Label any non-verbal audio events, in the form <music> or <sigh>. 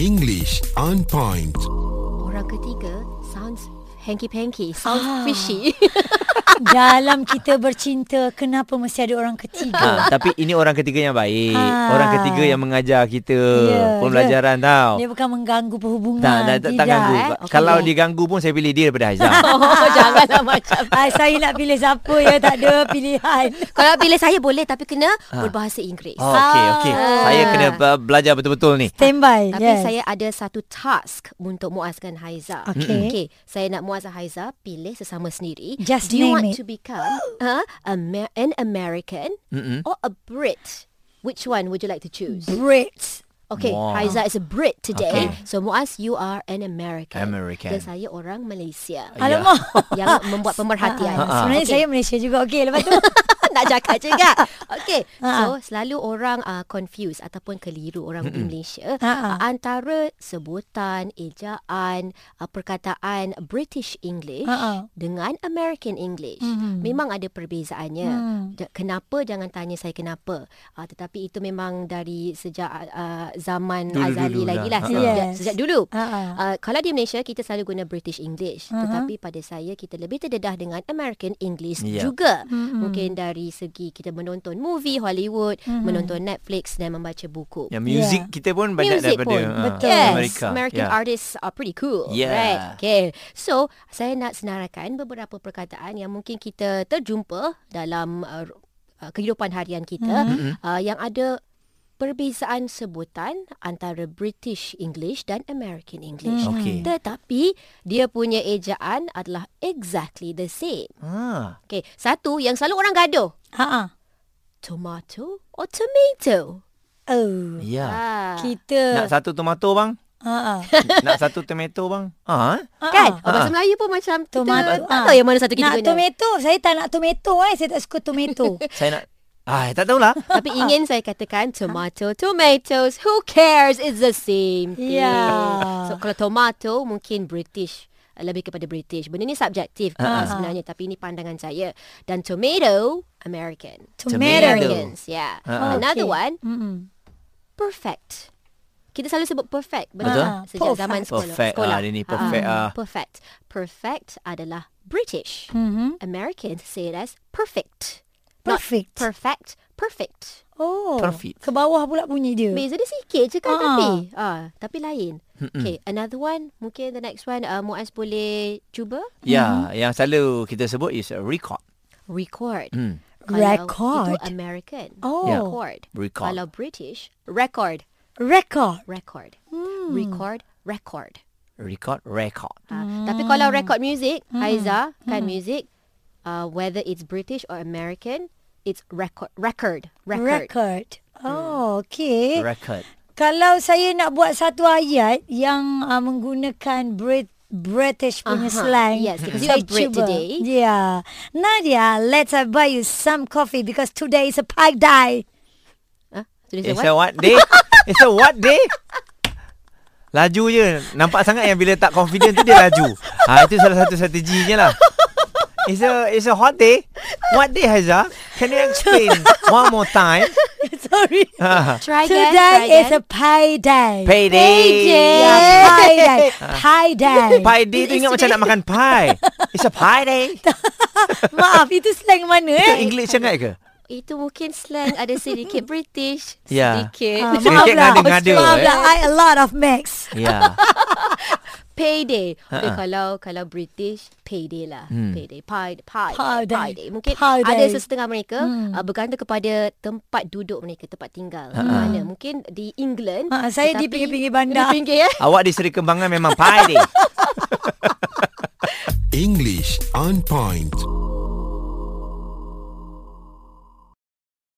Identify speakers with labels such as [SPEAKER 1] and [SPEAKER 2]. [SPEAKER 1] English on point.
[SPEAKER 2] Orang ketiga sounds hanky-panky, sounds
[SPEAKER 3] Ah. <laughs>
[SPEAKER 2] fishy. <laughs>
[SPEAKER 3] Dalam kita bercinta Kenapa mesti ada orang ketiga
[SPEAKER 4] Ha, <laughs> tapi ini orang ketiga yang baik.
[SPEAKER 3] Ah.
[SPEAKER 4] Orang ketiga yang mengajar kita
[SPEAKER 3] Ya,
[SPEAKER 4] pembelajaran tau.
[SPEAKER 3] Dia bukan mengganggu perhubungan
[SPEAKER 4] tak, tak, tak, tak ganggu.
[SPEAKER 3] Tidak, eh.
[SPEAKER 2] Okey.
[SPEAKER 4] Kalau diganggu pun saya pilih dia daripada Haizam.
[SPEAKER 2] oh, janganlah macam.
[SPEAKER 3] Ah, saya nak pilih siapa ya Tak ada pilihan
[SPEAKER 2] Kalau pilih saya boleh tapi kena berbahasa Inggeris.
[SPEAKER 4] Oh, okey, okey.
[SPEAKER 2] Ah.
[SPEAKER 4] Saya kena be- belajar betul-betul ni.
[SPEAKER 3] Standby
[SPEAKER 2] Tapi
[SPEAKER 3] yes.
[SPEAKER 2] yes. saya ada satu task untuk muaskan Haiza.
[SPEAKER 3] Okey.
[SPEAKER 2] okay. Saya nak muaskan Haiza pilih sesama sendiri.
[SPEAKER 3] Just
[SPEAKER 2] Do you
[SPEAKER 3] name
[SPEAKER 2] want
[SPEAKER 3] it.
[SPEAKER 2] to become uh, Amer- an American
[SPEAKER 4] Mm-mm.
[SPEAKER 2] or a Brit? Which one would you like to choose?
[SPEAKER 3] Brits
[SPEAKER 2] Okay,
[SPEAKER 4] Wow.
[SPEAKER 2] Haiza is a Brit today.
[SPEAKER 4] Okay.
[SPEAKER 2] So Muaz, you are an American.
[SPEAKER 4] American.
[SPEAKER 2] Dan saya orang Malaysia.
[SPEAKER 4] Ya. Ha,
[SPEAKER 3] Alamak
[SPEAKER 2] yang membuat pemerhatian.
[SPEAKER 3] <laughs> Ah, Sebenarnya
[SPEAKER 2] Okey.
[SPEAKER 3] saya Malaysia juga Okey
[SPEAKER 2] <laughs>
[SPEAKER 3] lepas tu
[SPEAKER 2] nak cakap
[SPEAKER 3] <laughs>
[SPEAKER 2] juga. Okay.
[SPEAKER 3] Ha.
[SPEAKER 2] So, selalu orang uh, confuse ataupun keliru orang di Malaysia
[SPEAKER 3] Ha.
[SPEAKER 2] uh, antara sebutan, ejaan, uh, perkataan British English
[SPEAKER 3] Ha.
[SPEAKER 2] dengan American English.
[SPEAKER 3] Mhm.
[SPEAKER 2] Memang ada perbezaannya.
[SPEAKER 3] Hmm.
[SPEAKER 2] Ja- Kenapa jangan tanya saya kenapa. Uh, tetapi itu memang dari sejak uh, zaman
[SPEAKER 4] Dulu-dulu
[SPEAKER 2] Azali
[SPEAKER 4] dah.
[SPEAKER 2] lagi lah.
[SPEAKER 4] Ha.
[SPEAKER 2] Sejak,
[SPEAKER 3] Yes.
[SPEAKER 2] sejak dulu.
[SPEAKER 3] Ah, ah.
[SPEAKER 2] Uh, kalau di Malaysia kita selalu guna British English uh-huh.
[SPEAKER 3] Aha.
[SPEAKER 2] tetapi pada saya kita lebih terdedah dengan American English
[SPEAKER 4] Ya.
[SPEAKER 2] yeah. juga
[SPEAKER 3] Mm-mm.
[SPEAKER 2] mm-hmm. mungkin dari segi kita menonton movie Hollywood
[SPEAKER 3] Mhm.
[SPEAKER 2] mm-hmm. menonton Netflix dan membaca buku
[SPEAKER 4] Yang Ya, music
[SPEAKER 3] Yeah.
[SPEAKER 4] kita pun banyak
[SPEAKER 2] Music
[SPEAKER 4] daripada Ya.
[SPEAKER 2] pun.
[SPEAKER 4] ah,
[SPEAKER 3] Betul.
[SPEAKER 2] Yes,
[SPEAKER 4] Amerika.
[SPEAKER 2] American
[SPEAKER 4] Yeah.
[SPEAKER 2] artists are pretty cool,
[SPEAKER 4] Yeah.
[SPEAKER 2] right? Okay, so saya nak senaraikan beberapa perkataan yang mungkin kita terjumpa dalam uh, uh, kehidupan harian kita
[SPEAKER 4] Mm-mm.
[SPEAKER 2] uh, yang ada perbezaan sebutan antara British English dan American English.
[SPEAKER 4] Mhm. Okey.
[SPEAKER 2] Tetapi dia punya ejaan adalah exactly the same.
[SPEAKER 4] Ah.
[SPEAKER 2] Okay, satu yang selalu orang gaduh,
[SPEAKER 3] Ah, ah.
[SPEAKER 2] tomato or tomato.
[SPEAKER 3] Oh
[SPEAKER 4] Ya.
[SPEAKER 2] Ah.
[SPEAKER 4] Nak
[SPEAKER 3] Kita
[SPEAKER 4] satu tomato bang?
[SPEAKER 3] Ah, ah.
[SPEAKER 4] Nak satu tomato bang? Ah. eh?
[SPEAKER 3] Ah,
[SPEAKER 2] Kan?
[SPEAKER 3] ah.
[SPEAKER 2] Uh, Bahasa
[SPEAKER 4] Ah.
[SPEAKER 2] Melayu pun macam kita
[SPEAKER 3] Tomato,
[SPEAKER 2] tak
[SPEAKER 3] ah.
[SPEAKER 2] tahu yang mana satu kita
[SPEAKER 3] Nak
[SPEAKER 2] guna.
[SPEAKER 3] tomato Saya tak nak tomato eh. Saya tak suka tomato
[SPEAKER 4] Saya nak Ah, tak tahulah.
[SPEAKER 2] Tapi ingin saya
[SPEAKER 3] Ah.
[SPEAKER 2] katakan tomato, tomatoes, who cares? It's the same thing.
[SPEAKER 3] Ya. Yeah.
[SPEAKER 2] So kalau tomato mungkin British uh, lebih kepada British. Benda ni subjektif
[SPEAKER 3] Ah,
[SPEAKER 2] uh, sebenarnya tapi ini pandangan saya. Dan tomato American.
[SPEAKER 3] Tomato
[SPEAKER 4] <laughs> Tomato.
[SPEAKER 2] Americans, yeah.
[SPEAKER 4] Ah, ah.
[SPEAKER 2] Another
[SPEAKER 3] Okay.
[SPEAKER 2] one
[SPEAKER 3] Mm-mm.
[SPEAKER 2] perfect. Kita selalu sebut perfect, betul?
[SPEAKER 4] Betul.
[SPEAKER 2] tak? Sejak
[SPEAKER 3] Perfect.
[SPEAKER 2] zaman sekolah.
[SPEAKER 4] Perfect.
[SPEAKER 2] sekolah.
[SPEAKER 4] Ah, dia ni perfect,
[SPEAKER 2] Ah,
[SPEAKER 4] ah.
[SPEAKER 2] Perfect. Perfect adalah British.
[SPEAKER 3] Mhm.
[SPEAKER 2] Americans say it as perfect. Not
[SPEAKER 3] Perfect
[SPEAKER 2] perfect, perfect.
[SPEAKER 3] Oh
[SPEAKER 4] Perfect.
[SPEAKER 3] Ke bawah pula bunyi dia
[SPEAKER 2] Beza dia sikit je kan
[SPEAKER 3] Ah.
[SPEAKER 2] tapi. Ah, tapi lain. Okay, another one. Mungkin the next one uh, Muaz boleh cuba.
[SPEAKER 4] Ya, yang selalu kita sebut is a record.
[SPEAKER 2] Record.
[SPEAKER 4] Hmm.
[SPEAKER 2] Kalau
[SPEAKER 3] Record.
[SPEAKER 2] Itu American.
[SPEAKER 3] Oh.
[SPEAKER 4] Yeah.
[SPEAKER 2] Record.
[SPEAKER 4] Record.
[SPEAKER 2] Kalau British, record.
[SPEAKER 3] Record
[SPEAKER 2] Record.
[SPEAKER 3] Hmm.
[SPEAKER 2] Record, record.
[SPEAKER 4] Record, record.
[SPEAKER 2] Ha,
[SPEAKER 3] Hmm.
[SPEAKER 2] Tapi kalau record music, Haiza kan music, uh, whether it's British or American, it's record. Record. Record.
[SPEAKER 3] Record Oh okay
[SPEAKER 4] Record.
[SPEAKER 3] Kalau saya nak buat satu ayat Yang uh, menggunakan Brit British punya
[SPEAKER 2] Aha,
[SPEAKER 3] slang
[SPEAKER 2] yes, because you are
[SPEAKER 3] saya
[SPEAKER 2] Brit
[SPEAKER 3] cuba.
[SPEAKER 2] today.
[SPEAKER 3] Yeah Nadia let's I buy you some coffee Because today is a pie day
[SPEAKER 2] Ah, tulis
[SPEAKER 4] It's
[SPEAKER 2] what?
[SPEAKER 4] a what day? It's a what day? Laju je. Nampak sangat yang bila tak confident tu dia laju. Ha, itu salah satu strateginya lah. It's a it's a hot day. What day Haizah? Can you explain one more time?
[SPEAKER 3] <laughs> Sorry
[SPEAKER 4] Ha.
[SPEAKER 2] Try again. try
[SPEAKER 3] Today
[SPEAKER 2] again.
[SPEAKER 3] is a pie day
[SPEAKER 4] Payday.
[SPEAKER 3] Yeah, pie day Pie day
[SPEAKER 4] Pie day tu ingat macam nak makan pie. It's a pie day.
[SPEAKER 3] Maaf itu slang mana
[SPEAKER 4] Itu
[SPEAKER 3] eh
[SPEAKER 4] English sangat ke?
[SPEAKER 2] Itu mungkin slang ada
[SPEAKER 3] <laughs>
[SPEAKER 2] sedikit British,
[SPEAKER 4] Ya.
[SPEAKER 2] sedikit
[SPEAKER 3] Ah,
[SPEAKER 4] Sedikit
[SPEAKER 3] maaf lah.
[SPEAKER 4] ngada-ngada,
[SPEAKER 3] Maaf
[SPEAKER 4] eh.
[SPEAKER 3] lah. I a lot of mix.
[SPEAKER 4] Ya.
[SPEAKER 2] payday. Okay,
[SPEAKER 4] Ha-ha.
[SPEAKER 2] kalau kalau British payday lah.
[SPEAKER 4] Hmm.
[SPEAKER 2] Payday, pie, pie,
[SPEAKER 3] Payday.
[SPEAKER 2] payday. Mungkin
[SPEAKER 3] Payday.
[SPEAKER 2] ada sesetengah mereka
[SPEAKER 3] Hmm.
[SPEAKER 2] uh, bergantung kepada tempat duduk mereka, tempat tinggal. Di mana mungkin di England.
[SPEAKER 3] Ha, saya di
[SPEAKER 2] tetapi-
[SPEAKER 3] pinggir-pinggir
[SPEAKER 2] Di
[SPEAKER 3] bandar.
[SPEAKER 2] pinggir eh.
[SPEAKER 4] Awak di Seri Kembangan memang pie day.
[SPEAKER 1] English on point.